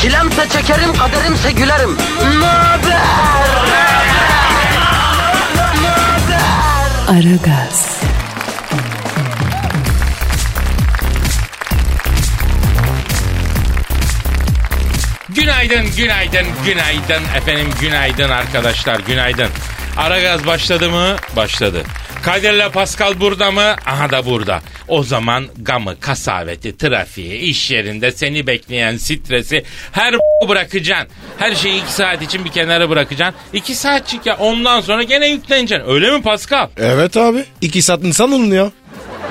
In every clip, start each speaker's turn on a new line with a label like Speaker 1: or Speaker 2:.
Speaker 1: Çilemse çekerim, kaderimse gülerim. Möber!
Speaker 2: Aragaz,
Speaker 3: Günaydın, günaydın, günaydın efendim, günaydın arkadaşlar, günaydın. Aragaz başladı mı? Başladı. Kadir'le Pascal burada mı? Aha da burada. O zaman gamı, kasaveti, trafiği, iş yerinde seni bekleyen stresi her bırakacaksın. Her şeyi iki saat için bir kenara bırakacaksın. İki saatçik ya ondan sonra gene yükleneceksin. Öyle mi Pascal?
Speaker 4: Evet abi. İki saat insan olun ya.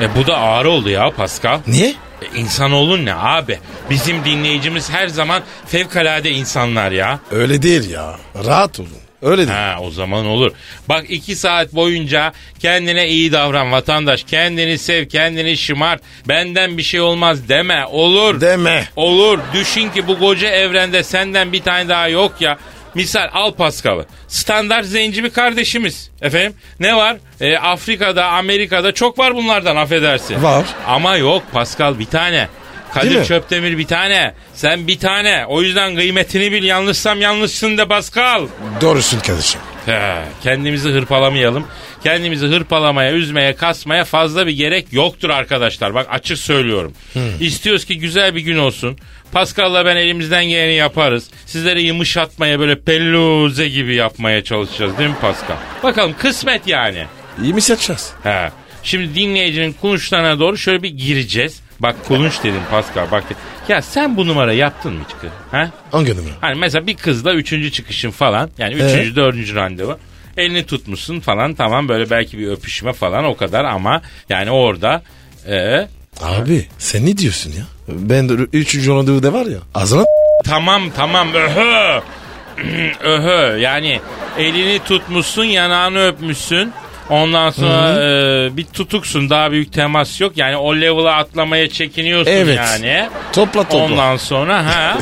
Speaker 3: E bu da ağır oldu ya Pascal.
Speaker 4: Niye?
Speaker 3: E, insanoğlu ne abi? Bizim dinleyicimiz her zaman fevkalade insanlar ya.
Speaker 4: Öyle değil ya. Rahat olun. Öyle değil.
Speaker 3: Ha o zaman olur. Bak iki saat boyunca kendine iyi davran vatandaş. Kendini sev, kendini şımart. Benden bir şey olmaz deme. Olur.
Speaker 4: Deme.
Speaker 3: olur. Düşün ki bu koca evrende senden bir tane daha yok ya. Misal al Paskal'ı. Standart zenci bir kardeşimiz. Efendim ne var? E, Afrika'da, Amerika'da çok var bunlardan affedersin.
Speaker 4: Var.
Speaker 3: Ama yok Pascal bir tane.
Speaker 4: Değil
Speaker 3: Kadir
Speaker 4: mi?
Speaker 3: Çöptemir bir tane. Sen bir tane. O yüzden kıymetini bil. Yanlışsam yanlışsın de Pascal.
Speaker 4: Doğrusun kardeşim.
Speaker 3: He, kendimizi hırpalamayalım. Kendimizi hırpalamaya, üzmeye, kasmaya fazla bir gerek yoktur arkadaşlar. Bak açık söylüyorum. İstiyoruz ki güzel bir gün olsun. Pascal'la ben elimizden geleni yaparız. Sizleri yumuşatmaya böyle pelluze gibi yapmaya çalışacağız değil mi Pascal? Bakalım kısmet yani.
Speaker 4: İyi mi seçeceğiz?
Speaker 3: He. Şimdi dinleyicinin kulunçlarına doğru şöyle bir gireceğiz. Bak kulunç dedim Pascal bak. Ya sen bu numara yaptın mı çıkı? He?
Speaker 4: Hangi numara?
Speaker 3: Hani mesela bir kızla üçüncü çıkışın falan. Yani üçüncü, dördüncü randevu. Elini tutmuşsun falan tamam böyle belki bir öpüşme falan o kadar ama yani orada e,
Speaker 4: Abi sen ne diyorsun ya? Ben de üçüncü randevuda var ya. Azra
Speaker 3: tamam tamam öhö öhö yani elini tutmuşsun yanağını öpmüşsün ondan sonra e, bir tutuksun daha büyük temas yok yani o level'a atlamaya çekiniyorsun
Speaker 4: Evet.
Speaker 3: yani.
Speaker 4: Topla topla.
Speaker 3: Ondan sonra ha.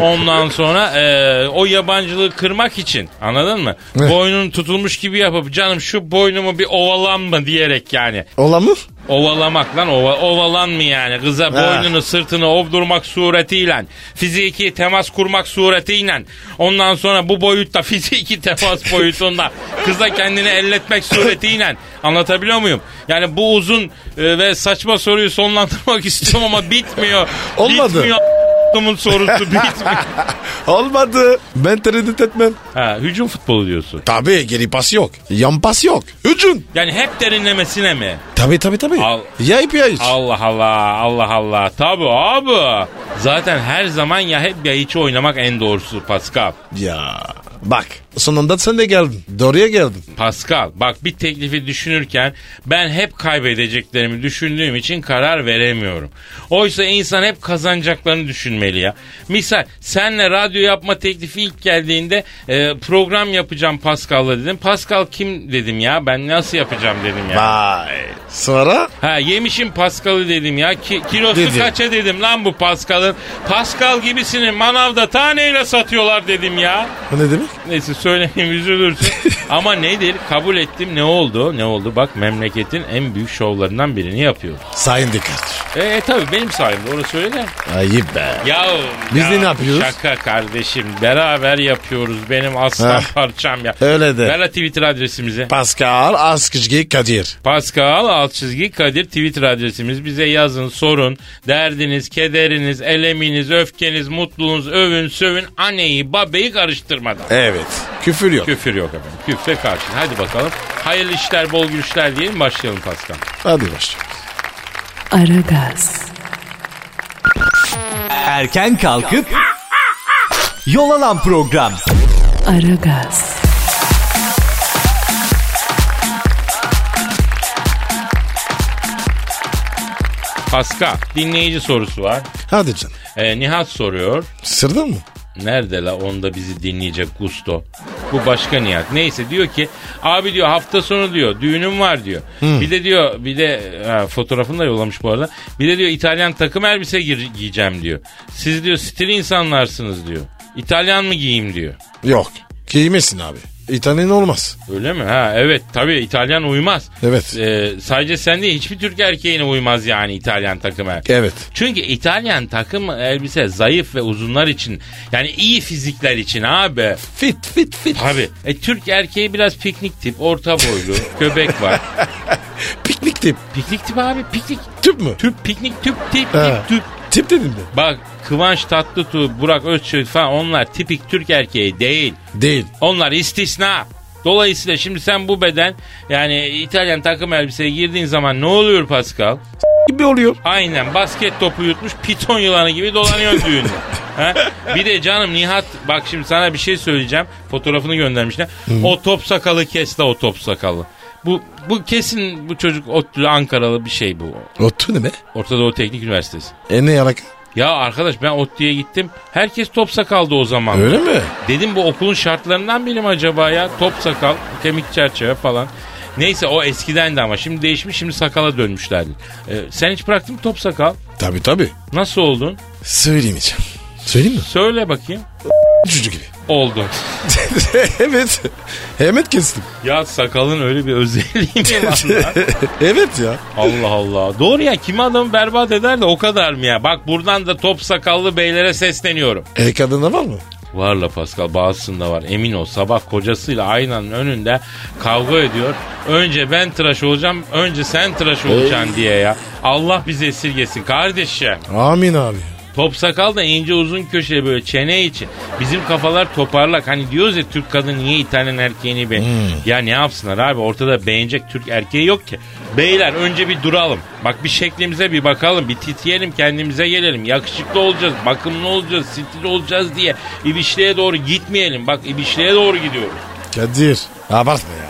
Speaker 3: ondan sonra e, o yabancılığı kırmak için anladın mı? Boynun tutulmuş gibi yapıp canım şu boynumu bir ovalanma diyerek yani.
Speaker 4: Olan mı?
Speaker 3: Ovalamak lan ova, ovalan mı yani? Kıza boynunu sırtını ovdurmak suretiyle fiziki temas kurmak suretiyle ondan sonra bu boyutta fiziki temas boyutunda kıza kendini elletmek suretiyle anlatabiliyor muyum? Yani bu uzun e, ve saçma soruyu sonlandırmak istiyorum ama bitmiyor.
Speaker 4: Olmadı.
Speaker 3: Bitmiyor a**ımın sorusu bitmiyor.
Speaker 4: Olmadı. Ben tereddüt etmem.
Speaker 3: ha, hücum futbolu diyorsun.
Speaker 4: Tabii geri pas yok. Yan pas yok. Hücum.
Speaker 3: Yani hep derinlemesine mi?
Speaker 4: Tabii tabii tabii.
Speaker 3: Al.
Speaker 4: Yayıp yayıç.
Speaker 3: Allah Allah Allah Allah tabi abi. Zaten her zaman ya hep ya içi oynamak en doğrusu Pascal.
Speaker 4: Ya bak sonunda sen de geldin. Doğruya geldin.
Speaker 3: Pascal bak bir teklifi düşünürken ben hep kaybedeceklerimi düşündüğüm için karar veremiyorum. Oysa insan hep kazanacaklarını düşünmeli ya. Misal senle radyo yapma teklifi ilk geldiğinde e, program yapacağım Pascal'la dedim. Pascal kim dedim ya ben nasıl yapacağım dedim ya.
Speaker 4: Vay. Sonra
Speaker 3: Ha yemişim Pascal'ı dedim ya. Ki, kilosu
Speaker 4: Dedi.
Speaker 3: kaça dedim lan bu Pascal'ın. Pascal gibisini manavda taneyle satıyorlar dedim ya.
Speaker 4: bu ne demek?
Speaker 3: Neyse söyleyeyim üzülürsün. Ama nedir? Kabul ettim. Ne oldu? Ne oldu? Bak memleketin en büyük şovlarından birini yapıyoruz.
Speaker 4: Sayın dikkat.
Speaker 3: E, e tabi benim sayemde orası öyle. de.
Speaker 4: Ayıp be.
Speaker 3: Ya
Speaker 4: Biz
Speaker 3: ya,
Speaker 4: de ne yapıyoruz?
Speaker 3: Şaka kardeşim. Beraber yapıyoruz. Benim aslan
Speaker 4: Heh.
Speaker 3: parçam ya.
Speaker 4: Öyle de.
Speaker 3: Ver la Twitter adresimizi.
Speaker 4: Pascal Askizgi Kadir.
Speaker 3: Pascal alt çizgi Kadir Twitter adresimiz. Bize yazın, sorun. Derdiniz, kederiniz, eleminiz, öfkeniz, mutluluğunuz, övün, sövün. Aneyi, babeyi karıştırmadan.
Speaker 4: Evet. Küfür yok.
Speaker 3: Küfür yok efendim. Küfre karşı. Hadi bakalım. Hayırlı işler, bol gülüşler diyelim. Başlayalım Pascal.
Speaker 4: Hadi başlayalım.
Speaker 2: Aragaz,
Speaker 5: Erken kalkıp yol alan program.
Speaker 2: Aragaz,
Speaker 3: Pascal, dinleyici sorusu var.
Speaker 4: Hadi canım.
Speaker 3: Ee, Nihat soruyor.
Speaker 4: Sırdın mı?
Speaker 3: Nerede la onda bizi dinleyecek Gusto? Bu başka Nihat. Neyse diyor ki abi diyor hafta sonu diyor düğünüm var diyor. Bir de diyor bir de ha, fotoğrafını da yollamış bu arada. Bir de diyor İtalyan takım elbise gir- giyeceğim diyor. Siz diyor stil insanlarsınız diyor. İtalyan mı giyeyim diyor.
Speaker 4: Yok. Giymesin abi. İtalyan olmaz.
Speaker 3: Öyle mi? Ha evet tabii İtalyan uymaz.
Speaker 4: Evet.
Speaker 3: Ee, sadece sen değil hiçbir Türk erkeğine uymaz yani İtalyan takım elbise.
Speaker 4: Evet.
Speaker 3: Çünkü İtalyan takım elbise zayıf ve uzunlar için yani iyi fizikler için abi.
Speaker 4: Fit fit fit.
Speaker 3: Tabi. E, Türk erkeği biraz piknik tip, orta boylu, göbek var.
Speaker 4: Piknik tip.
Speaker 3: Piknik tip abi, piknik.
Speaker 4: Tüp mü?
Speaker 3: Tüp, piknik tüp, tip,
Speaker 4: Ha.
Speaker 3: tip, tüp.
Speaker 4: Tip dedim de.
Speaker 3: Bak Kıvanç Tatlıtuğ, Burak Özçivit falan onlar tipik Türk erkeği değil.
Speaker 4: Değil.
Speaker 3: Onlar istisna. Dolayısıyla şimdi sen bu beden yani İtalyan takım elbiseye girdiğin zaman ne oluyor Pascal?
Speaker 4: Gibi oluyor.
Speaker 3: Aynen basket topu yutmuş piton yılanı gibi dolanıyor düğünde. Ha? Bir de canım Nihat bak şimdi sana bir şey söyleyeceğim. Fotoğrafını göndermişler. O top sakalı kes la o top sakalı. Bu, bu kesin bu çocuk ODTÜ Ankaralı bir şey bu.
Speaker 4: Otu ne be?
Speaker 3: Orta Doğu Teknik Üniversitesi.
Speaker 4: E ne yarak?
Speaker 3: Ya arkadaş ben ODTÜ'ye gittim. Herkes top sakaldı o zaman.
Speaker 4: Öyle mi?
Speaker 3: Dedim bu okulun şartlarından biri mi acaba ya? Top sakal, kemik çerçeve falan. Neyse o eskidendi ama şimdi değişmiş şimdi sakala dönmüşlerdi. Ee, sen hiç bıraktın mı top sakal?
Speaker 4: Tabii tabii.
Speaker 3: Nasıl oldun?
Speaker 4: Söyleyemeyeceğim. Söyleyeyim mi?
Speaker 3: Söyle bakayım.
Speaker 4: Çocuk gibi.
Speaker 3: Oldun.
Speaker 4: evet. Hemen kestim.
Speaker 3: Ya sakalın öyle bir özelliği mi var lan?
Speaker 4: evet ya.
Speaker 3: Allah Allah. Doğru ya kimi adamı berbat eder de o kadar mı ya? Bak buradan da top sakallı beylere sesleniyorum.
Speaker 4: E kadında var mı?
Speaker 3: Var la Pascal bazısında var. Emin ol sabah kocasıyla aynanın önünde kavga ediyor. Önce ben tıraş olacağım, önce sen tıraş olacaksın diye ya. Allah bizi esirgesin kardeşim.
Speaker 4: Amin abi.
Speaker 3: Top sakal da ince uzun köşe böyle çene için. Bizim kafalar toparlak. Hani diyoruz ya Türk kadın niye İtalyan erkeğini be? Ya ne yapsınlar abi ortada beğenecek Türk erkeği yok ki. Beyler önce bir duralım. Bak bir şeklimize bir bakalım. Bir titreyelim kendimize gelelim. Yakışıklı olacağız, bakımlı olacağız, stil olacağız diye. İbişliğe doğru gitmeyelim. Bak ibişliğe doğru gidiyoruz.
Speaker 4: Kadir. Abartma ya.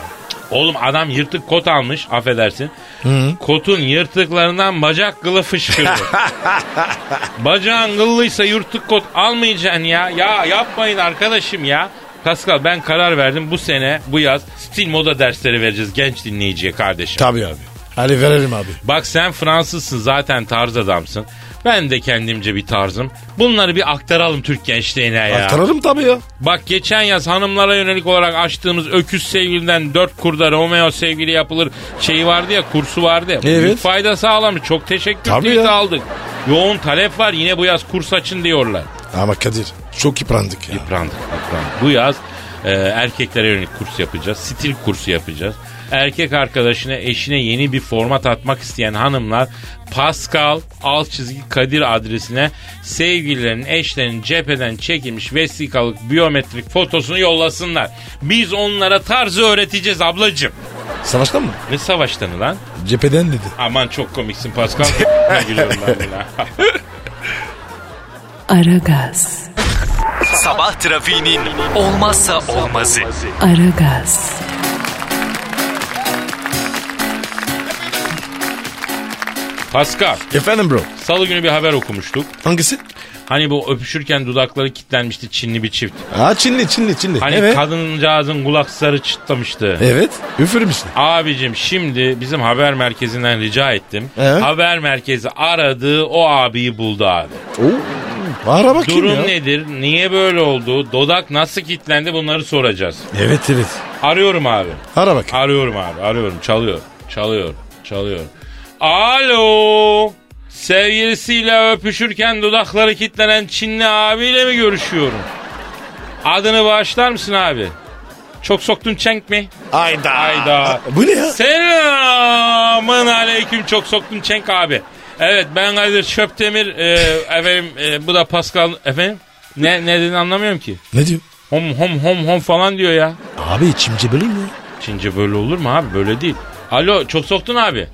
Speaker 3: Oğlum adam yırtık kot almış affedersin. Kotun yırtıklarından bacak kılı fışkırdı. Bacağın kıllıysa yırtık kot almayacaksın ya. Ya yapmayın arkadaşım ya. Pascal ben karar verdim bu sene bu yaz stil moda dersleri vereceğiz genç dinleyiciye kardeşim.
Speaker 4: Tabii abi. Hadi verelim abi.
Speaker 3: Bak sen Fransızsın zaten tarz adamsın. Ben de kendimce bir tarzım. Bunları bir aktaralım Türk gençliğine ya.
Speaker 4: Aktarırım tabii ya.
Speaker 3: Bak geçen yaz hanımlara yönelik olarak açtığımız Öküz Sevgili'den Dört Kurda Romeo Sevgili yapılır şeyi vardı ya kursu vardı ya.
Speaker 4: Evet.
Speaker 3: Büyük fayda sağlamış. Çok teşekkür
Speaker 4: Tabii
Speaker 3: tweet'i
Speaker 4: ya.
Speaker 3: aldık. Yoğun talep var yine bu yaz kurs açın diyorlar.
Speaker 4: Ama Kadir çok yıprandık ya.
Speaker 3: Yıprandık yıprandık. Bu yaz e, erkeklere yönelik kurs yapacağız. Stil kursu yapacağız. Erkek arkadaşına eşine yeni bir format atmak isteyen hanımlar Pascal alt çizgi Kadir adresine sevgililerin eşlerinin cepheden çekilmiş vesikalık biyometrik fotosunu yollasınlar. Biz onlara tarzı öğreteceğiz ablacım.
Speaker 4: Savaştan mı?
Speaker 3: Ne savaştanı lan?
Speaker 4: Cepheden dedi.
Speaker 3: Aman çok komiksin Pascal. Ne gülüyorum ben buna.
Speaker 2: Aragaz,
Speaker 5: Sabah trafiğinin olmazsa olmazı.
Speaker 2: Aragaz,
Speaker 3: Pascal,
Speaker 4: Efendim bro.
Speaker 3: salı günü bir haber okumuştuk.
Speaker 4: Hangisi?
Speaker 3: Hani bu öpüşürken dudakları kilitlenmişti Çinli bir çift.
Speaker 4: Aa Çinli Çinli Çinli.
Speaker 3: Hani
Speaker 4: evet. E-
Speaker 3: kadıncağızın kulakları çıtlamıştı.
Speaker 4: evet. Üfürmüşsün.
Speaker 3: Abicim şimdi bizim haber merkezinden rica ettim.
Speaker 4: Evet.
Speaker 3: Haber merkezi aradı o abiyi buldu abi.
Speaker 4: Oo. Araba E, kim
Speaker 3: Durum
Speaker 4: ya?
Speaker 3: nedir? Niye böyle oldu? Dodak nasıl kilitlendi bunları soracağız.
Speaker 4: Evet evet.
Speaker 3: Arıyorum abi.
Speaker 4: Ara bak.
Speaker 3: Arıyorum abi arıyorum çalıyor çalıyor çalıyor. Alo sevgilisiyle öpüşürken dudakları kilitlenen Çinli abiyle mi görüşüyorum? Adını bağışlar mısın abi? Çok soktun çenk mi?
Speaker 4: Ayda.
Speaker 3: Hayda.
Speaker 4: Bu ne ya?
Speaker 3: Selamın aleyküm çok soktun çenk abi. Evet ben Kadir Şöptemir e, efendim e, bu da Pascal efendim ne ne dediğini anlamıyorum ki.
Speaker 4: Ne diyor?
Speaker 3: Hom hom hom hom falan diyor ya.
Speaker 4: Abi içimce böyle mi?
Speaker 3: Çince böyle olur mu abi? Böyle değil. Alo çok soktun abi.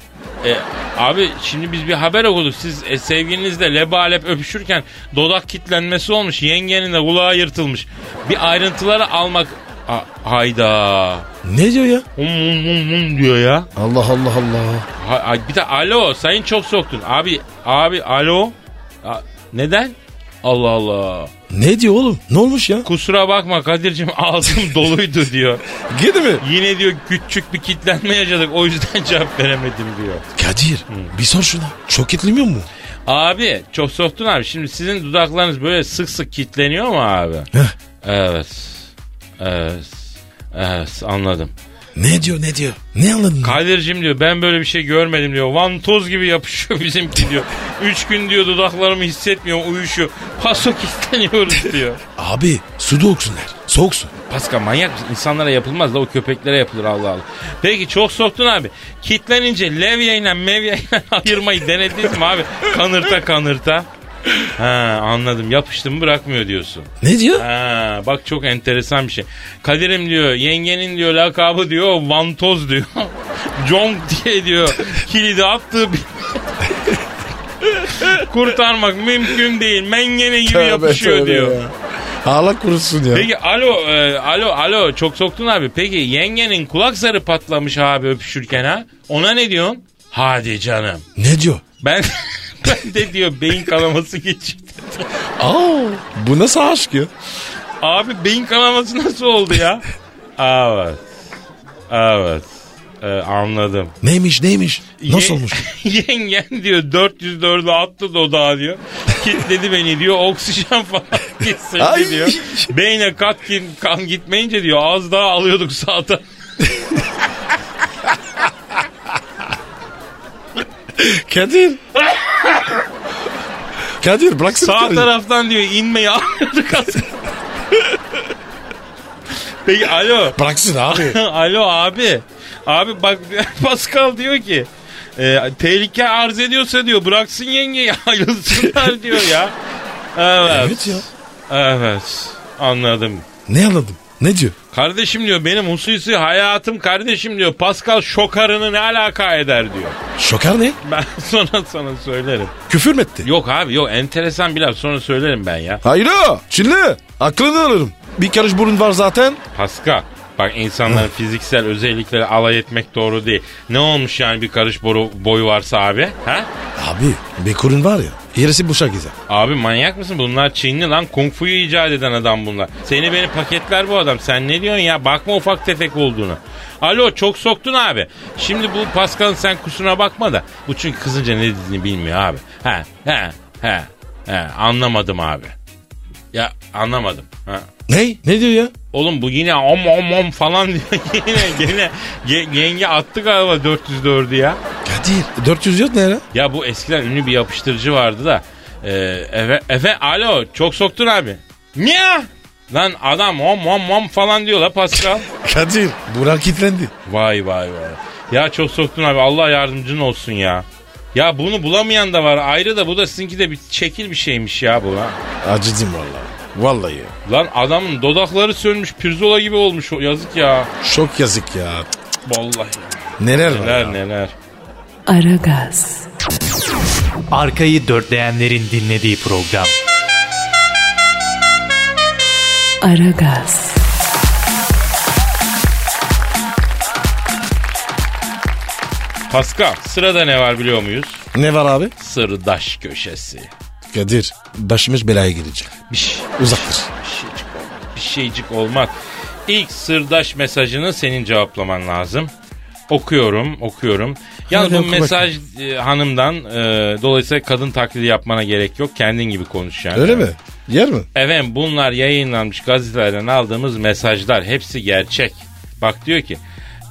Speaker 3: E, abi şimdi biz bir haber okuduk. Siz e, sevgilinizle lebalep öpüşürken dodak kitlenmesi olmuş. Yengenin de kulağı yırtılmış. Bir ayrıntıları almak... A- hayda.
Speaker 4: Ne diyor ya?
Speaker 3: Hum hum hum hum diyor ya.
Speaker 4: Allah Allah Allah.
Speaker 3: Ha- ha- bir de alo sayın çok soktun. Abi abi alo. A- neden? Allah Allah.
Speaker 4: Ne diyor oğlum? Ne olmuş ya?
Speaker 3: Kusura bakma Kadir'cim ağzım doluydu diyor.
Speaker 4: Gidi mi?
Speaker 3: Yine diyor küçük bir kitlenme yaşadık o yüzden cevap veremedim diyor.
Speaker 4: Kadir bir sor şuna. Çok etlemiyor mu?
Speaker 3: Abi çok soktun abi şimdi sizin dudaklarınız böyle sık sık kitleniyor mu abi?
Speaker 4: Heh.
Speaker 3: Evet. Evet. Evet anladım.
Speaker 4: Ne diyor ne diyor? Ne anladın?
Speaker 3: Kadir'cim diyor ben böyle bir şey görmedim diyor. Vantoz gibi yapışıyor bizimki diyor. Üç gün diyor dudaklarımı hissetmiyorum uyuşuyor. Paso kitleniyoruz diyor.
Speaker 4: Abi suda oksunlar. Soğuk su.
Speaker 3: Paska manyak mısın? İnsanlara yapılmaz da o köpeklere yapılır Allah Allah. Peki çok soktun abi. Kitlenince levye ile mevye ile ayırmayı denediniz mi abi? Kanırta kanırta. Ha anladım yapıştım bırakmıyor diyorsun.
Speaker 4: Ne diyor?
Speaker 3: Ha bak çok enteresan bir şey. Kadir'im diyor yengenin diyor lakabı diyor vantoz diyor. Jong diye diyor kilidi attığı bir... Kurtarmak mümkün değil. Mengene gibi yapışıyor diyor.
Speaker 4: Ağlak kurusun ya.
Speaker 3: Peki alo e, alo alo çok soktun abi. Peki yengenin kulak zarı patlamış abi öpüşürken ha. Ona ne diyorsun? Hadi canım.
Speaker 4: Ne diyor?
Speaker 3: Ben ben de diyor beyin kanaması geçirdi.
Speaker 4: Aa, bu nasıl aşk ya?
Speaker 3: Abi beyin kanaması nasıl oldu ya? evet. Evet. E, anladım.
Speaker 4: Neymiş neymiş? Nasıl
Speaker 3: Ye-
Speaker 4: olmuş?
Speaker 3: Yengen diyor 404'ü attı dodağa diyor. Kitledi beni diyor. Oksijen falan
Speaker 4: Ay.
Speaker 3: kesildi diyor. Beyne kat kin- kan gitmeyince diyor az daha alıyorduk sağdan.
Speaker 4: Kadir. Kadir bıraksın.
Speaker 3: Sağ
Speaker 4: Kadir.
Speaker 3: taraftan diyor inmeyi alıyorduk az. Peki alo.
Speaker 4: Bıraksın abi.
Speaker 3: alo abi. Abi bak Pascal diyor ki e, tehlike arz ediyorsa diyor bıraksın yengeyi ayrılsınlar diyor ya. Evet.
Speaker 4: evet ya.
Speaker 3: Evet. Anladım.
Speaker 4: Ne anladım? Ne diyor?
Speaker 3: Kardeşim diyor benim hususi hayatım kardeşim diyor. Pascal şokarını ne alaka eder diyor.
Speaker 4: Şoker ne?
Speaker 3: Ben sonra sana söylerim.
Speaker 4: Küfür mü etti?
Speaker 3: Yok abi yok enteresan bir laf sonra söylerim ben ya.
Speaker 4: Hayır o. Çinli. Aklını alırım. Bir karış burun var zaten.
Speaker 3: Pascal bak insanların fiziksel özellikleri alay etmek doğru değil. Ne olmuş yani bir karış boru, boyu varsa abi? Ha?
Speaker 4: Abi bir kurun var ya. Yarısı buşa gider.
Speaker 3: Abi manyak mısın? Bunlar Çinli lan. Kung Fu'yu icat eden adam bunlar. Seni beni paketler bu adam. Sen ne diyorsun ya? Bakma ufak tefek olduğunu. Alo çok soktun abi. Şimdi bu Pascal'ın sen kusuna bakma da. Bu çünkü kızınca ne dediğini bilmiyor abi. He he he he anlamadım abi. Ya anlamadım. Ha.
Speaker 4: Ne? Ne diyor ya?
Speaker 3: Oğlum bu yine om om om falan diyor. yine yine ye- yenge attı galiba 404'ü ya.
Speaker 4: Kadir. 400 yok ne ya?
Speaker 3: Ya bu eskiden ünlü bir yapıştırıcı vardı da. E, efe, efe alo çok soktun abi. Niye? Lan adam om om om falan diyor la Pascal.
Speaker 4: Kadir. Burak kilitlendi.
Speaker 3: vay vay vay. Ya çok soktun abi Allah yardımcın olsun ya. Ya bunu bulamayan da var ayrı da bu da sizinki de bir çekil bir şeymiş ya bu ha.
Speaker 4: Acıdım vallahi. Vallahi. ya.
Speaker 3: Lan adamın dodakları sönmüş pirzola gibi olmuş o yazık ya.
Speaker 4: Çok yazık ya. Cık,
Speaker 3: Vallahi
Speaker 4: Neler var ya.
Speaker 3: neler neler.
Speaker 2: Aragaz,
Speaker 5: Arkayı dörtleyenlerin dinlediği program.
Speaker 2: Aragaz,
Speaker 3: Pascal sırada ne var biliyor muyuz?
Speaker 4: Ne var abi?
Speaker 3: Sırdaş köşesi.
Speaker 4: Kadir. Başımız belaya girecek.
Speaker 3: Bir şey.
Speaker 4: Uzaktır.
Speaker 3: Bir şeycik olmaz. Bir şeycik olmaz. İlk sırdaş mesajını senin cevaplaman lazım. Okuyorum, okuyorum. Yalnız
Speaker 4: Hadi
Speaker 3: bu
Speaker 4: oku bakayım.
Speaker 3: mesaj e, hanımdan e, dolayısıyla kadın taklidi yapmana gerek yok. Kendin gibi konuş yani.
Speaker 4: Öyle mi? Yer mi?
Speaker 3: Efendim bunlar yayınlanmış gazetelerden aldığımız mesajlar. Hepsi gerçek. Bak diyor ki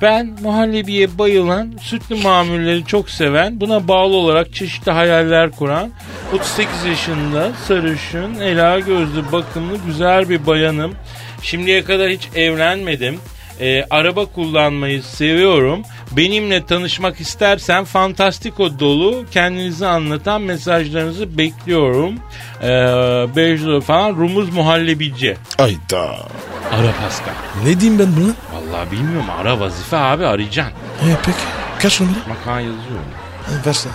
Speaker 3: ben muhallebiye bayılan, sütlü mamulleri çok seven, buna bağlı olarak çeşitli hayaller kuran, 38 yaşında sarışın, ela gözlü, bakımlı, güzel bir bayanım. Şimdiye kadar hiç evlenmedim. Ee, araba kullanmayı seviyorum. Benimle tanışmak istersen Fantastiko dolu kendinizi anlatan mesajlarınızı bekliyorum. Ee, Bejlo falan Rumuz Muhallebici.
Speaker 4: Ayda.
Speaker 3: Ara Pascal.
Speaker 4: Ne diyeyim ben buna?
Speaker 3: Vallahi bilmiyorum ara vazife abi arayacaksın.
Speaker 4: E peki. Kaç numara?
Speaker 3: Makan yazıyor.
Speaker 4: Ha, Versene.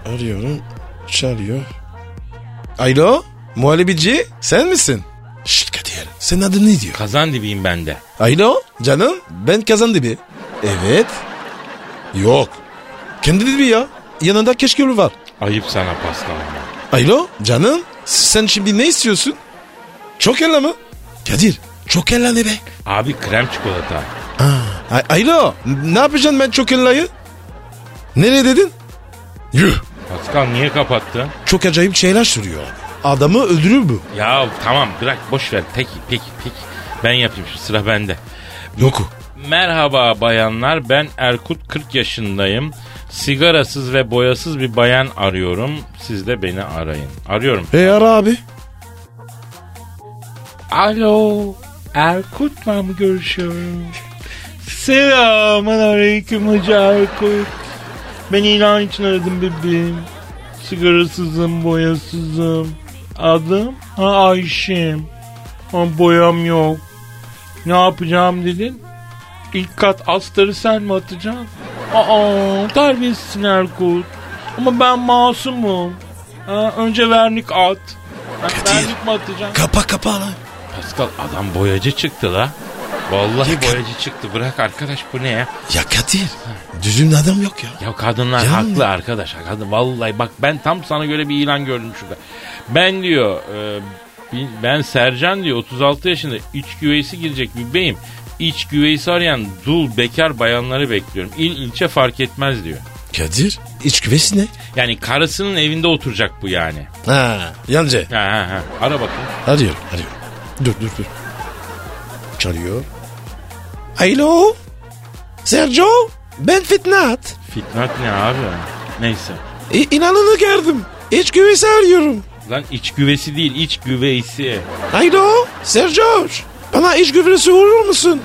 Speaker 4: ver. Arıyorum. Çağırıyor. Alo. Muhallebici sen misin? Şşt Kadir. Senin adın ne diyor?
Speaker 3: Kazan dibiyim ben de.
Speaker 4: Alo canım ben kazandı bir. Evet. Yok. Kendi dedi ya. Yanında keşke var.
Speaker 3: Ayıp sana Pascal ama.
Speaker 4: Alo canım sen şimdi ne istiyorsun? Çokella mı? Kadir çokella ne be?
Speaker 3: Abi krem çikolata.
Speaker 4: A- Alo ne yapacaksın ben çokellayı? Nereye dedin? Yuh
Speaker 3: Pascal niye kapattın?
Speaker 4: çok acayip şeyler sürüyor. Adamı öldürür bu.
Speaker 3: Ya tamam bırak boş ver. Peki peki peki. Ben yapayım şu sıra bende.
Speaker 4: Yoku.
Speaker 3: Merhaba bayanlar ben Erkut 40 yaşındayım. Sigarasız ve boyasız bir bayan arıyorum. Siz de beni arayın. Arıyorum.
Speaker 4: E ara abi.
Speaker 3: Alo Erkut'la mı görüşüyorum? Selamun aleyküm Hacı Erkut. Ben ilan için aradım bebeğim. Sigarasızım, boyasızım. Adım ha Ayşem. Ama boyam yok. Ne yapacağım dedin? İlk kat astarı sen mi atacaksın? Aa terbiyesizsin Erkut. Ama ben masumum. Ha, önce vernik at. Ha,
Speaker 4: Kadir.
Speaker 3: vernik mi atacaksın?
Speaker 4: Kapa kapa lan.
Speaker 3: Pascal adam boyacı çıktı la. Vallahi
Speaker 4: Ya-
Speaker 3: boyacı çıktı. Bırak arkadaş bu ne ya?
Speaker 4: Ya Kadir düzgün adam yok ya.
Speaker 3: Ya kadınlar
Speaker 4: Ya-
Speaker 3: haklı arkadaş. Kadın vallahi bak ben tam sana göre bir ilan gördüm şurada. Ben diyor e, bi- ben Sercan diyor 36 yaşında iç güveysi girecek bebeğim. İç güveysi arayan dul bekar bayanları bekliyorum. İl ilçe fark etmez diyor.
Speaker 4: Kadir iç küvesi ne?
Speaker 3: Yani karısının evinde oturacak bu yani.
Speaker 4: Ha yancı.
Speaker 3: Ha, ha, ha. Ara bakayım.
Speaker 4: Arıyorum arıyorum. Dur dur dur. Çalıyor. Alo. Sergio ben Fitnat.
Speaker 3: Fitnat ne abi? Neyse.
Speaker 4: İ- inanını gördüm. İç küvesi arıyorum.
Speaker 3: Lan iç güvesi değil iç güveysi.
Speaker 4: Alo Sergio bana iç küvesi olur musun?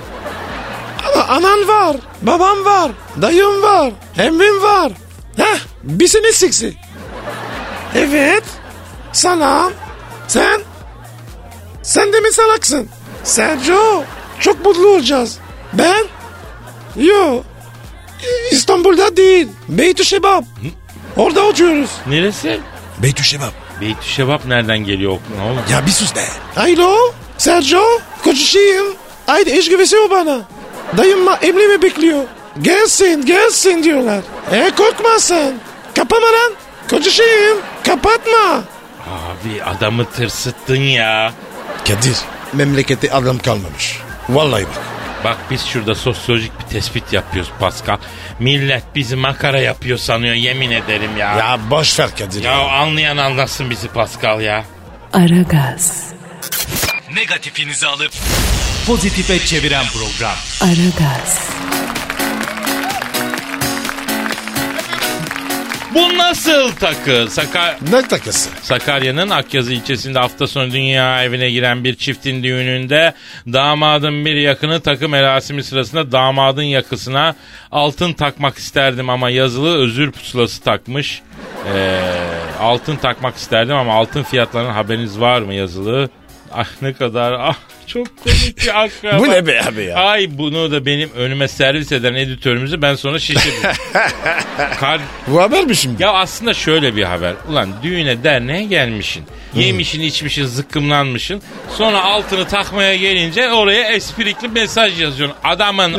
Speaker 4: Ana, anan var, babam var, dayım var, emmim var. Heh, bir sene siksi. Evet, sana, sen, sen de mi salaksın? Sergio, çok mutlu olacağız. Ben? Yo, İ- İstanbul'da değil, Beytü Şebap. Orada oturuyoruz.
Speaker 3: Neresi?
Speaker 4: Beytü Şebap.
Speaker 3: Beytü Şebap nereden geliyor ne oğlum?
Speaker 4: Ya bir sus be. Alo Sergio konuşayım. Haydi iş güvesi o bana. Dayımla evlimi bekliyor. Gelsin gelsin diyorlar. E korkma sen. Kapama lan. Konuşayım. Kapatma.
Speaker 3: Abi adamı tırsıttın ya.
Speaker 4: Kadir memlekette adam kalmamış. Vallahi bak.
Speaker 3: Bak biz şurada sosyolojik bir tespit yapıyoruz Pascal. Millet bizi makara yapıyor sanıyor yemin ederim ya. Ya,
Speaker 4: Ya boş ver Kadir.
Speaker 3: anlayan anlasın bizi Pascal ya.
Speaker 2: Aragaz,
Speaker 5: Negatifinizi alıp pozitife çeviren program.
Speaker 2: Aragaz,
Speaker 3: Bu nasıl takı? Sakar
Speaker 4: Ne takası?
Speaker 3: Sakarya'nın Akyazı ilçesinde hafta sonu dünya evine giren bir çiftin düğününde damadın bir yakını takı merasimi sırasında damadın yakısına altın takmak isterdim ama yazılı özür pusulası takmış. Ee, altın takmak isterdim ama altın fiyatlarının haberiniz var mı yazılı? Ah ne kadar ah çok komik bir akraba.
Speaker 4: Bu ne be abi ya?
Speaker 3: Ay bunu da benim önüme servis eden editörümüzü ben sonra şişirdim. Kar
Speaker 4: Bu haber mi şimdi?
Speaker 3: ya aslında şöyle bir haber. Ulan düğüne derneğe gelmişsin. Yemişin içmişin zıkkımlanmışsın. Sonra altını takmaya gelince oraya esprikli mesaj yazıyorsun. Adamın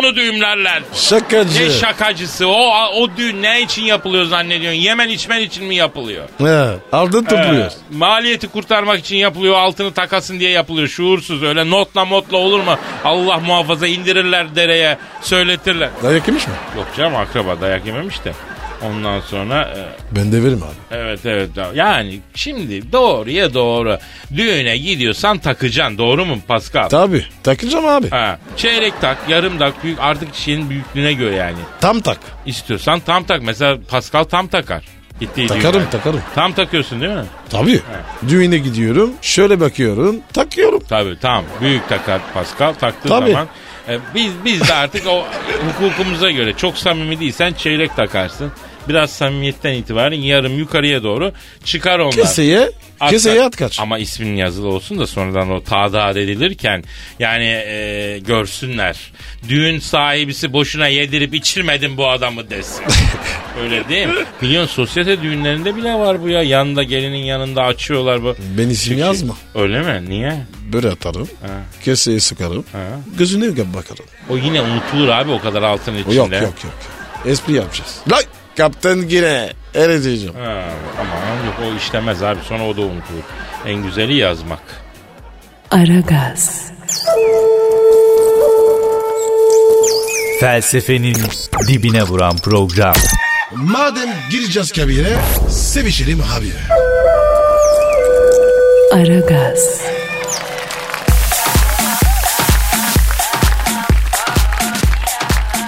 Speaker 3: onu düğümlerler.
Speaker 4: Şakacı.
Speaker 3: Ne şakacısı o o düğün ne için yapılıyor zannediyorsun? Yemen içmen için mi yapılıyor?
Speaker 4: Ha, aldın topluyor.
Speaker 3: Ee, maliyeti kurtarmak için yapılıyor altını takasın diye yapılıyor şuursuz öyle notla motla olur mu? Allah muhafaza indirirler dereye söyletirler.
Speaker 4: Dayak yemiş mi?
Speaker 3: Yok canım akraba dayak yememiş de. Ondan sonra e,
Speaker 4: Ben de veririm abi.
Speaker 3: Evet evet. Yani şimdi doğruya doğru. Düğüne gidiyorsan takacaksın doğru mu Pascal?
Speaker 4: Tabi takacağım abi.
Speaker 3: ha. Çeyrek tak, yarım tak, büyük artık kişinin büyüklüğüne göre yani.
Speaker 4: Tam tak.
Speaker 3: İstiyorsan tam tak. Mesela Pascal tam takar. Gittiği
Speaker 4: Takarım
Speaker 3: düğüne.
Speaker 4: takarım.
Speaker 3: Tam takıyorsun değil mi?
Speaker 4: Tabii. Düğüne gidiyorum. Şöyle bakıyorum. Takıyorum.
Speaker 3: Tabii tam. Büyük takar Pascal taktığı
Speaker 4: Tabii.
Speaker 3: zaman. e, biz biz de artık o hukukumuza göre çok samimi değilsen çeyrek takarsın. Biraz samimiyetten itibaren yarım yukarıya doğru çıkar onlar.
Speaker 4: Keseye,
Speaker 3: At
Speaker 4: keseye
Speaker 3: kaç.
Speaker 4: at kaç.
Speaker 3: Ama ismin yazılı olsun da sonradan o tadaat edilirken yani e, görsünler. Düğün sahibisi boşuna yedirip içirmedim bu adamı desin. Öyle değil mi? Biliyorsun sosyete düğünlerinde bile var bu ya. Yanında gelinin yanında açıyorlar bu.
Speaker 4: Ben isim
Speaker 3: Çünkü-
Speaker 4: yazma.
Speaker 3: Öyle mi? Niye?
Speaker 4: Böyle atarım. Keseye sıkarım.
Speaker 3: Ha.
Speaker 4: Gözüne bakarım.
Speaker 3: O yine unutulur abi o kadar altın içinde.
Speaker 4: Yok yok yok. Espri yapacağız. Lan Kaptan Gire. Öyle diyeceğim.
Speaker 3: Ha, tamam yok o işlemez abi sonra o da unutulur. En güzeli yazmak.
Speaker 2: Aragaz,
Speaker 5: Felsefenin dibine vuran program.
Speaker 6: Madem gireceğiz kabire, sevişelim abi.
Speaker 2: Aragaz,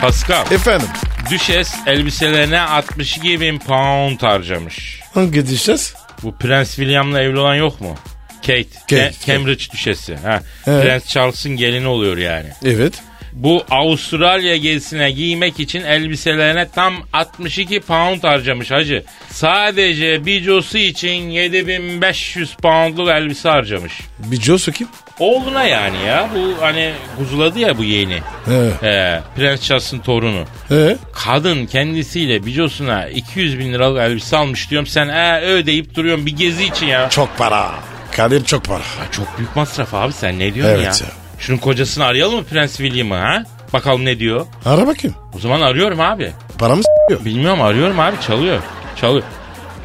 Speaker 3: Pascal,
Speaker 4: Efendim.
Speaker 3: Düşes elbiselerine 62 bin pound harcamış.
Speaker 4: Hangi diyeceğiz?
Speaker 3: Bu Prens William'la evli olan yok mu? Kate, Ke-
Speaker 4: Kate.
Speaker 3: Cambridge düşesi. Ha.
Speaker 4: Evet.
Speaker 3: Prens Charles'ın gelini oluyor yani.
Speaker 4: Evet.
Speaker 3: Bu Avustralya gezisine giymek için elbiselerine tam 62 pound harcamış hacı. Sadece bicosu için 7500 poundluk elbise harcamış.
Speaker 4: Bir Josu kim?
Speaker 3: Oğluna yani ya. Bu hani kuzuladı ya bu yeğeni.
Speaker 4: He.
Speaker 3: Ee, Prens Charles'ın torunu.
Speaker 4: He.
Speaker 3: Kadın kendisiyle bicosuna 200 bin liralık elbise almış diyorum. Sen ee ö deyip duruyorsun bir gezi için ya.
Speaker 4: Çok para. Kadir çok para.
Speaker 3: Ya çok büyük masraf abi sen ne diyorsun
Speaker 4: Evet
Speaker 3: ya?
Speaker 4: ya.
Speaker 3: Şunun kocasını arayalım mı Prens William'ı ha? Bakalım ne diyor.
Speaker 4: Ara bakayım.
Speaker 3: O zaman arıyorum abi.
Speaker 4: Paramı s***yok.
Speaker 3: Bilmiyorum arıyorum abi çalıyor. Çalıyor.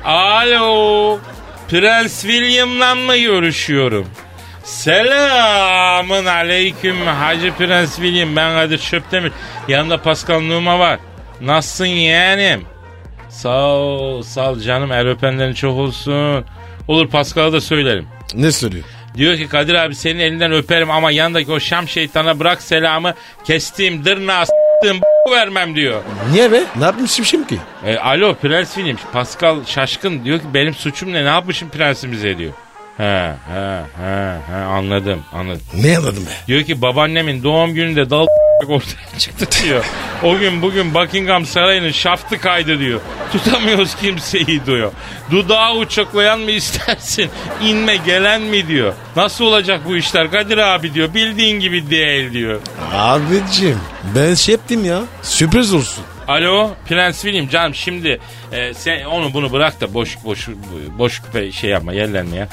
Speaker 3: Alo. Prens William'la mı görüşüyorum? Selamın aleyküm Hacı Prens William. Ben Kadir Çöptemir. Yanımda Pascal Numa var. Nasılsın yeğenim? Sağ ol, sağ ol canım. El öpenlerin çok olsun. Olur Pascal'a da söylerim.
Speaker 4: Ne söylüyor?
Speaker 3: Diyor ki Kadir abi senin elinden öperim ama yandaki o şam şeytana bırak selamı kestiğim dırnağı s**tığım b- vermem diyor.
Speaker 4: Niye be? Ne yapmışım şimdi ki?
Speaker 3: E, alo Prens Film. Pascal şaşkın diyor ki benim suçum ne? Ne yapmışım prensimize diyor. He he he he anladım anladım.
Speaker 4: Ne anladım be?
Speaker 3: Diyor ki babaannemin doğum gününde dal ortaya çıktı diyor. O gün bugün Buckingham Sarayı'nın şaftı kaydı diyor. Tutamıyoruz kimseyi diyor. Dudağı uçaklayan mı istersin? İnme gelen mi diyor. Nasıl olacak bu işler Kadir abi diyor. Bildiğin gibi değil diyor.
Speaker 4: Abicim ben şey yaptım ya. Sürpriz olsun.
Speaker 3: Alo Prens William canım şimdi e, sen onu bunu bırak da boş boş boş pe- şey yapma yerlenme ya.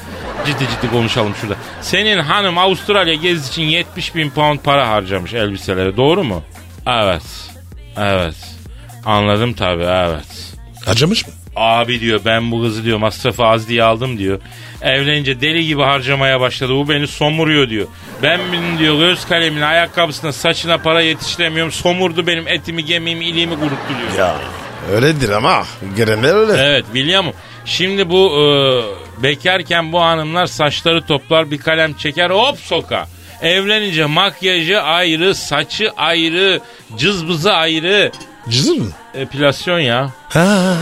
Speaker 3: Ciddi ciddi konuşalım şurada. Senin hanım Avustralya gezisi için 70 bin pound para harcamış elbiselere doğru mu? Evet. Evet. Anladım tabii evet.
Speaker 4: Harcamış mı?
Speaker 3: Abi diyor ben bu kızı diyor masrafı az diye aldım diyor. Evlenince deli gibi harcamaya başladı. Bu beni somuruyor diyor. Ben bunun diyor göz kalemine, ayakkabısına, saçına para yetiştiremiyorum. Somurdu benim etimi, gemiğimi, iliğimi kuruttu diyor.
Speaker 4: Ya öyledir ama. Gelenler öyle.
Speaker 3: Evet William'ım. Şimdi bu e, bekarken bu hanımlar saçları toplar bir kalem çeker hop soka. Evlenince makyajı ayrı, saçı ayrı, cızbızı ayrı.
Speaker 4: Cızır mı?
Speaker 3: Epilasyon ya.
Speaker 4: Ha,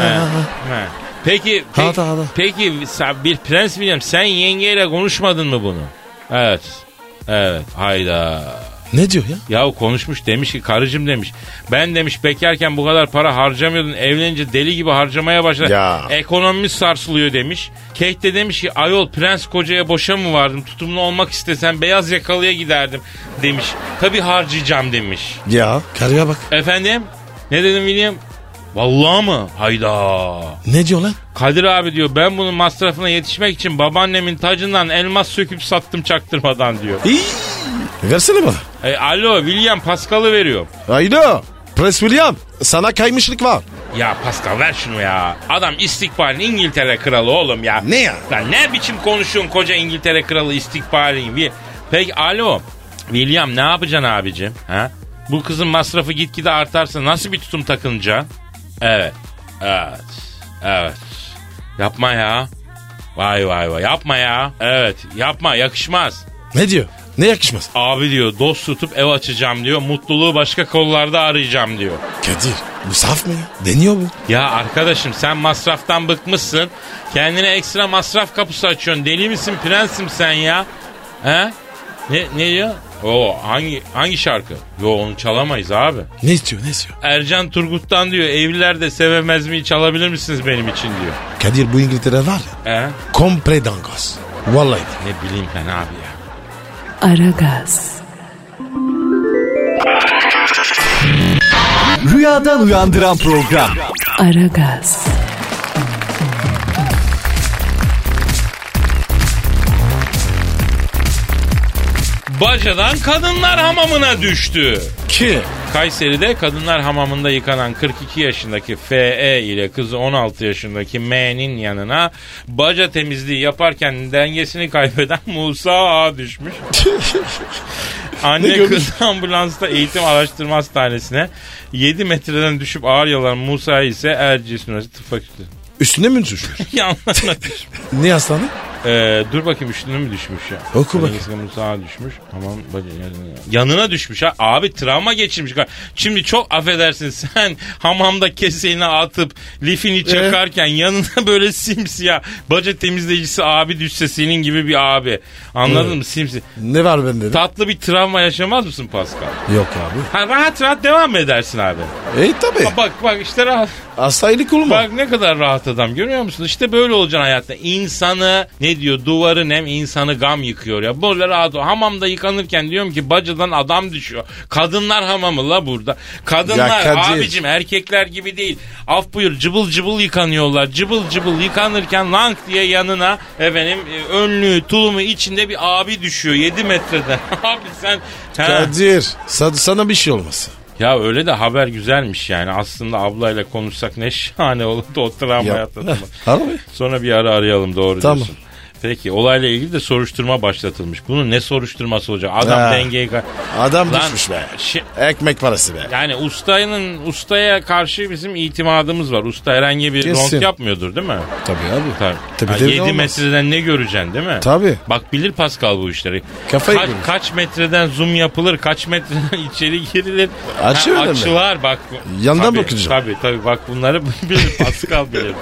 Speaker 3: He. Peki pe-
Speaker 4: Hadi, hadi.
Speaker 3: peki sa- bir prens William sen yengeyle konuşmadın mı bunu? Evet. Evet. Hayda.
Speaker 4: Ne diyor ya?
Speaker 3: Yahu konuşmuş demiş ki karıcım demiş. Ben demiş bekarken bu kadar para harcamıyordun. Evlenince deli gibi harcamaya başladın.
Speaker 4: Ya.
Speaker 3: Ekonomimiz sarsılıyor demiş. Kate de demiş ki ayol prens kocaya boşa mı vardım? Tutumlu olmak istesen beyaz yakalıya giderdim demiş. Tabii harcayacağım demiş.
Speaker 4: Ya. Karıya bak.
Speaker 3: Efendim? Ne dedim William? Vallahi mı? Hayda.
Speaker 4: Ne diyor lan?
Speaker 3: Kadir abi diyor ben bunun masrafına yetişmek için babaannemin tacından elmas söküp sattım çaktırmadan diyor.
Speaker 4: İyi. Versene bana.
Speaker 3: E, alo William Pascal'ı veriyor.
Speaker 4: Hayda. Prens William. Sana kaymışlık var.
Speaker 3: Ya Pascal ver şunu ya. Adam istikbalin İngiltere kralı oğlum ya.
Speaker 4: Ne ya?
Speaker 3: Lan ne biçim konuşuyorsun koca İngiltere kralı istikbalin. Bir... Peki alo William ne yapacaksın abicim? Ha? Bu kızın masrafı gitgide artarsa nasıl bir tutum takınacaksın? Evet. Evet. Evet. Yapma ya. Vay vay vay yapma ya. Evet yapma yakışmaz.
Speaker 4: Ne diyor? Ne yakışmaz?
Speaker 3: Abi diyor dost tutup ev açacağım diyor. Mutluluğu başka kollarda arayacağım diyor.
Speaker 4: Kadir. Bu saf mı ya? Deniyor bu.
Speaker 3: Ya arkadaşım sen masraftan bıkmışsın. Kendine ekstra masraf kapısı açıyorsun. Deli misin prensim sen ya? He? Ne, ne diyor? O hangi hangi şarkı? Yo onu çalamayız abi.
Speaker 4: Ne istiyor ne istiyor?
Speaker 3: Ercan Turgut'tan diyor evliler de sevemez mi çalabilir misiniz benim için diyor.
Speaker 4: Kadir bu İngiltere var ya.
Speaker 3: He?
Speaker 4: Komple dangos. Vallahi bak.
Speaker 3: Ne bileyim ben abi ya.
Speaker 2: Aragaz,
Speaker 5: Rüyadan uyandıran program.
Speaker 2: Aragaz,
Speaker 3: Bacadan kadınlar hamamına düştü.
Speaker 4: Ki?
Speaker 3: Kayseri'de kadınlar hamamında yıkanan 42 yaşındaki FE ile kızı 16 yaşındaki M'nin yanına baca temizliği yaparken dengesini kaybeden Musa Ağa düşmüş.
Speaker 4: Ne
Speaker 3: Anne
Speaker 4: görmüş?
Speaker 3: kız ambulansta eğitim araştırma hastanesine 7 metreden düşüp ağır yalan Musa ise Erciyes Üniversitesi Tıp Fakültesi.
Speaker 4: Üstüne mi düşüyor?
Speaker 3: Yanlarına düşmüş.
Speaker 4: ne aslanı?
Speaker 3: Ee, dur bakayım üstüne mi düşmüş ya?
Speaker 4: Oku bakayım.
Speaker 3: Dengesine Musa düşmüş. Tamam. bacı- yanına- Yanına düşmüş ha. Abi travma geçirmiş. Şimdi çok affedersin sen hamamda keseğini atıp lifini çakarken yanına böyle simsiyah baca temizleyicisi abi düşse senin gibi bir abi. Anladın mı simsiyah?
Speaker 4: Ne var bende? de?
Speaker 3: Tatlı bir travma yaşamaz mısın Pascal?
Speaker 4: Yok abi.
Speaker 3: Ha, rahat rahat devam mı edersin abi?
Speaker 4: E tabi.
Speaker 3: Ha, bak bak işte rahat.
Speaker 4: Asaylık olma.
Speaker 3: Bak ne kadar rahat adam görüyor musun? İşte böyle olacaksın hayatta. İnsanı ne diyor duvarı nem insanı gam yıkıyor ya. Böyle rahat ol. Hamamda yıkanırken diyorum ki bacadan adam düşüyor. Kadınlar hamamı la burada. Kadınlar
Speaker 4: Ya Kadir.
Speaker 3: abicim erkekler gibi değil. Af buyur cıbıl cıbıl yıkanıyorlar. Cıbıl cıbıl yıkanırken lang diye yanına efendim e, önlüğü tulumu içinde bir abi düşüyor 7 metreden. abi sen... Ha.
Speaker 4: Kadir sa- sana bir şey olmasın.
Speaker 3: Ya öyle de haber güzelmiş yani. Aslında ablayla konuşsak ne şahane olurdu o travmaya atlatmak.
Speaker 4: Harbi.
Speaker 3: Sonra bir ara arayalım doğru
Speaker 4: Tamam.
Speaker 3: diyorsun. Peki olayla ilgili de soruşturma başlatılmış. Bunun ne soruşturması olacak? Adam
Speaker 4: Ha.
Speaker 3: dengeyi... ka-
Speaker 4: Adam
Speaker 3: Lan,
Speaker 4: düşmüş be.
Speaker 3: şi-
Speaker 4: Ekmek parası be.
Speaker 3: yani ustanın ustaya karşı bizim itimadımız var. Usta herhangi bir
Speaker 4: Kesin.
Speaker 3: ront yapmıyordur değil mi?
Speaker 4: Tabii abi.
Speaker 3: Tabii.
Speaker 4: Tabii,
Speaker 3: Ha,
Speaker 4: tabii,
Speaker 3: yedi
Speaker 4: olmaz.
Speaker 3: metreden ne göreceksin değil mi?
Speaker 4: Tabii.
Speaker 3: Bak bilir Pascal bu işleri.
Speaker 4: Kafayı
Speaker 3: Ka-
Speaker 4: bilir.
Speaker 3: Kaç metreden zoom yapılır, kaç metreden içeri girilir.
Speaker 4: Açı öyle mi?
Speaker 3: açılar bak.
Speaker 4: Yandan
Speaker 3: tabii,
Speaker 4: bakacağım.
Speaker 3: Tabii tabii bak bunları bilir Pascal bilir.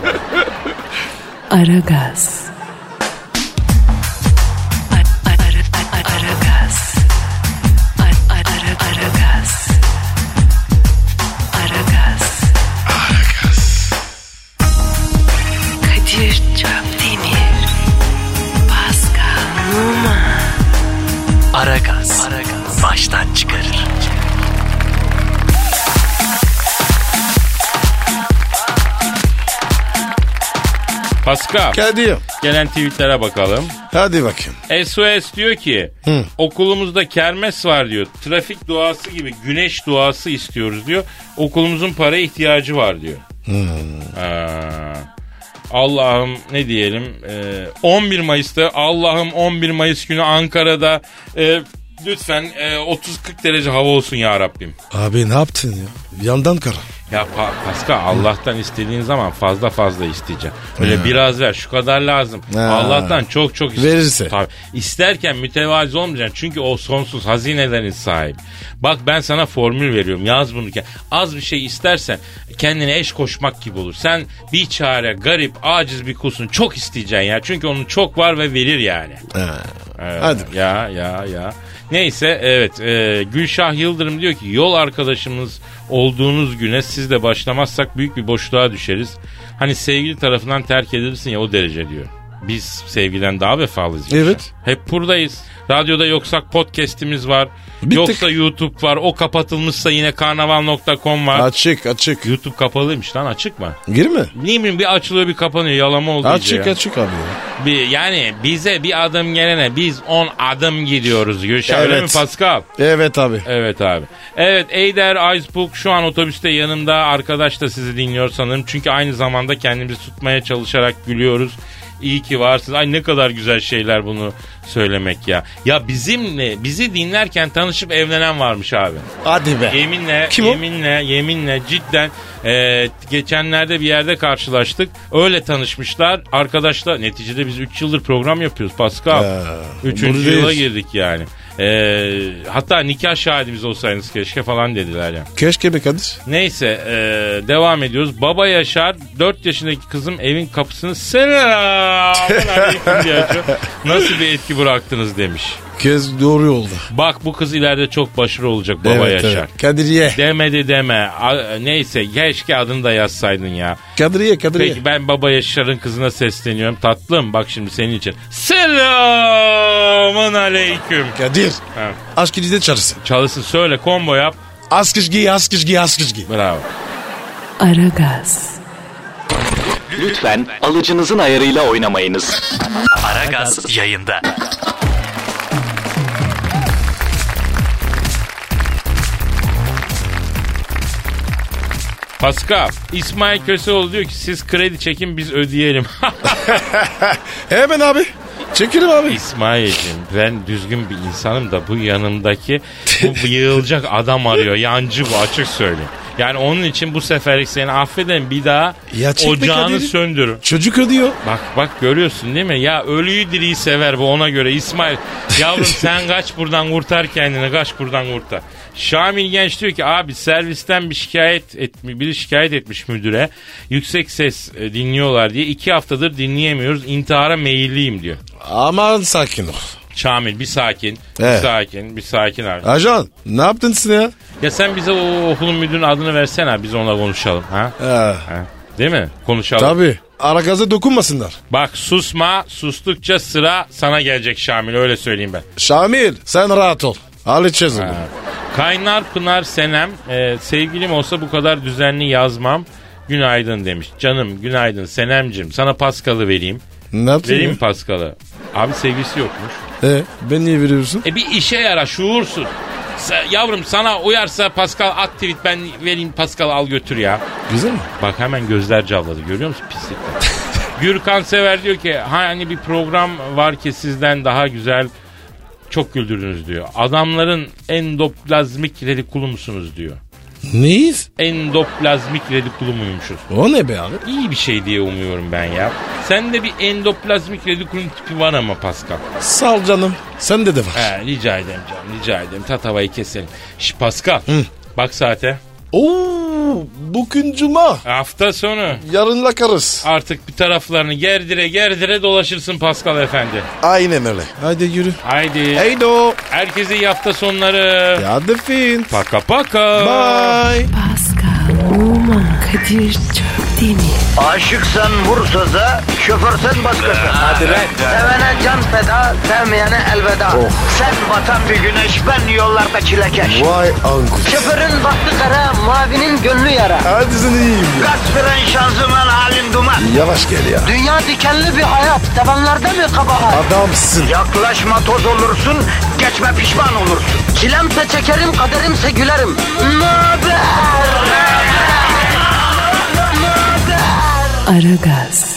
Speaker 2: Aragaz. Ara- ara- ara- Aragaz. Ara- ara- Aragaz. Aragaz. Kadir Çöptemir. Pascal Numa.
Speaker 7: Aragaz. Baştan çıkarır.
Speaker 3: Pascal
Speaker 4: Kadir.
Speaker 3: gelen tweetlere bakalım.
Speaker 4: Hadi bakayım.
Speaker 3: SOS diyor ki okulumuzda kermes var diyor. Trafik duası gibi güneş duası istiyoruz diyor. Okulumuzun paraya ihtiyacı var diyor. Aa, Allah'ım ne diyelim e, 11 Mayıs'ta Allah'ım 11 Mayıs günü Ankara'da e, lütfen e, 30-40 derece hava olsun ya Rabbim.
Speaker 4: Abi ne yaptın ya? Yandan kara.
Speaker 3: Ya pa- Pascal Allah'tan istediğin zaman fazla fazla isteyeceksin. Öyle biraz ver şu kadar lazım.
Speaker 4: Ha.
Speaker 3: Allah'tan çok çok iste.
Speaker 4: Verirse.
Speaker 3: Tabii. İsterken mütevazi olmayacaksın. Çünkü o sonsuz hazinelerin sahibi. Bak ben sana formül veriyorum. Yaz bunu. ke- Az bir şey istersen kendine eş koşmak gibi olur. Sen bir çare garip aciz bir kulsun. Çok isteyeceksin ya. Çünkü onun çok var ve verir yani.
Speaker 4: Ha.
Speaker 3: Evet.
Speaker 4: Hadi.
Speaker 3: Ya ya ya. Neyse evet e, Gülşah Yıldırım diyor ki yol arkadaşımız olduğunuz güne siz de başlamazsak büyük bir boşluğa düşeriz. Hani sevgili tarafından terk edilirsin ya o derece diyor. Biz sevgiden daha vefalıyız. Gülşah.
Speaker 4: Evet.
Speaker 3: Hep buradayız. Radyoda yoksak podcast'imiz var.
Speaker 4: Bittik.
Speaker 3: Yoksa YouTube var. O kapatılmışsa yine karnaval.com var.
Speaker 4: Açık açık.
Speaker 3: YouTube kapalıymış lan açık mı?
Speaker 4: Girme.
Speaker 3: Ne bileyim bir açılıyor bir kapanıyor. Yalama oldu iyice
Speaker 4: Açık
Speaker 3: ya.
Speaker 4: açık abi. ya.
Speaker 3: Bir, yani bize bir adım gelene biz 10 adım gidiyoruz Gülşah öyle
Speaker 4: Evet.
Speaker 3: mi Pascal?
Speaker 4: Evet abi.
Speaker 3: Evet abi. Evet Eyder Icebook şu an otobüste yanımda arkadaş da sizi dinliyor sanırım. Çünkü aynı zamanda kendimizi tutmaya çalışarak gülüyoruz. İyi ki varsınız. Ay ne kadar güzel şeyler bunu söylemek ya. Ya bizimle bizi dinlerken tanışıp evlenen varmış abi.
Speaker 4: Hadi be.
Speaker 3: Yeminle,
Speaker 4: Kim o?
Speaker 3: yeminle, yeminle cidden e, geçenlerde bir yerde karşılaştık. Öyle tanışmışlar. Arkadaşlar neticede biz 3 yıldır program yapıyoruz Pascal.
Speaker 4: Ha,
Speaker 3: 3.
Speaker 4: buradayız.
Speaker 3: yıla girdik yani. E, hatta nikah şahidimiz olsaydınız keşke falan dediler ya.
Speaker 4: Keşke be Kadir.
Speaker 3: Neyse e, devam ediyoruz. Baba Yaşar 4 yaşındaki kızım evin kapısını selamünaleyküm diye açıyor. Nasıl bir etki bıraktınız demiş.
Speaker 4: Kez doğru yolda.
Speaker 3: Bak bu kız ileride çok başarılı olacak baba
Speaker 4: evet,
Speaker 3: Yaşar.
Speaker 4: evet. Kadriye.
Speaker 3: Demedi deme. A- neyse keşke adını da yazsaydın ya.
Speaker 4: Kadriye Kadriye.
Speaker 3: Peki ben baba Yaşar'ın kızına sesleniyorum. Tatlım bak şimdi senin için. Selamun aleyküm.
Speaker 4: Kadir.
Speaker 3: Ha.
Speaker 4: Aşk ilide çarısı.
Speaker 3: Çalışsın söyle combo yap.
Speaker 4: Askış giy askış giy askış giy.
Speaker 3: Bravo.
Speaker 2: Aragaz.
Speaker 7: Lütfen alıcınızın ayarıyla oynamayınız. Aragaz yayında.
Speaker 3: Pascal, İsmail Köseoğlu diyor ki siz kredi çekin biz ödeyelim.
Speaker 4: Hemen abi. Çekelim abi.
Speaker 3: İsmail'cim ben düzgün bir insanım da bu yanımdaki bu yığılacak adam arıyor. Yancı bu açık söyleyeyim. Yani onun için bu seferlik seni affedin bir daha
Speaker 4: Ya çekme
Speaker 3: ocağını
Speaker 4: Kadir'im.
Speaker 3: söndürün.
Speaker 4: Çocuk ödüyor.
Speaker 3: Bak bak görüyorsun değil mi? Ya ölüyü diriyi sever bu ona göre. İsmail yavrum sen kaç buradan kurtar kendini kaç buradan kurtar. Şamil Genç diyor ki abi servisten bir şikayet etmiş, biri şikayet etmiş müdüre. Yüksek ses e, dinliyorlar diye. iki haftadır dinleyemiyoruz. İntihara meyilliyim diyor.
Speaker 4: Aman sakin ol.
Speaker 3: Şamil bir sakin,
Speaker 4: Evet.
Speaker 3: bir sakin, bir sakin abi.
Speaker 4: Ajan ne yaptın sen ya?
Speaker 3: Ya sen bize o okulun müdürünün adını versene biz onunla konuşalım ha?
Speaker 4: Ee,
Speaker 3: ha? Değil mi? Konuşalım.
Speaker 4: tabii. Ara gaza dokunmasınlar.
Speaker 3: Bak susma, sustukça sıra sana gelecek Şamil öyle söyleyeyim ben.
Speaker 4: Şamil sen rahat ol. Halledeceğiz onu.
Speaker 3: Kaynar Pınar Senem, e, sevgilim olsa bu kadar düzenli yazmam. Günaydın demiş. Canım günaydın Senemcim sana Paskal'ı vereyim.
Speaker 4: Ne yaptın?
Speaker 3: Vereyim mi
Speaker 4: ya?
Speaker 3: Paskal'ı? Abi sevgisi yokmuş.
Speaker 4: Ee, ben niye veriyorsun?
Speaker 3: E bir işe yara şuursuz. Sa- Yavrum sana uyarsa Pascal at tweet ben vereyim Pascal al götür ya.
Speaker 4: Güzel mi?
Speaker 3: Bak hemen gözler cavladı görüyor musun pislikler. Gürkan Sever diyor ki hani bir program var ki sizden daha güzel çok güldürdünüz diyor. Adamların endoplazmik redikulu musunuz diyor.
Speaker 4: Neyiz?
Speaker 3: Endoplazmik redikulu muymuşuz?
Speaker 4: O ne be abi?
Speaker 3: İyi bir şey diye umuyorum ben ya. Sende bir endoplazmik redikulum tipi var ama Pascal.
Speaker 4: Sağ ol canım. Sen de de var.
Speaker 3: He, rica ederim canım rica ederim. Tatavayı keselim. Şş Pascal. Bak saate.
Speaker 4: Oo, bugün cuma.
Speaker 3: Hafta sonu.
Speaker 4: Yarınla karız.
Speaker 3: Artık bir taraflarını gerdire gerdire dolaşırsın Pascal efendi.
Speaker 4: Aynen öyle. Haydi yürü.
Speaker 3: Haydi.
Speaker 4: Heydo.
Speaker 3: Herkese iyi hafta sonları.
Speaker 4: Hadi fin.
Speaker 3: Paka paka.
Speaker 4: Bye.
Speaker 2: Pascal, Oman, Kadir çok değil mi?
Speaker 1: Aşıksan vursa da, şoförsen başkasın. Hadi Sevene can feda, sevmeyene elveda. Sen batan bir güneş, ben yollarda
Speaker 4: Oh.
Speaker 1: çilekeş.
Speaker 6: Vay anku.
Speaker 1: Şoförün baktı kara, mavinin gönlü yara.
Speaker 6: Hadi sen iyiyim ya.
Speaker 1: Kasperen şanzıman halin duman.
Speaker 6: Yavaş gel ya.
Speaker 1: Dünya dikenli bir hayat, sevenlerde mi kabahar?
Speaker 6: Adamsın.
Speaker 1: Yaklaşma toz olursun, geçme pişman olursun. Çilemse çekerim, kaderimse gülerim. Möber!
Speaker 2: Aragaz.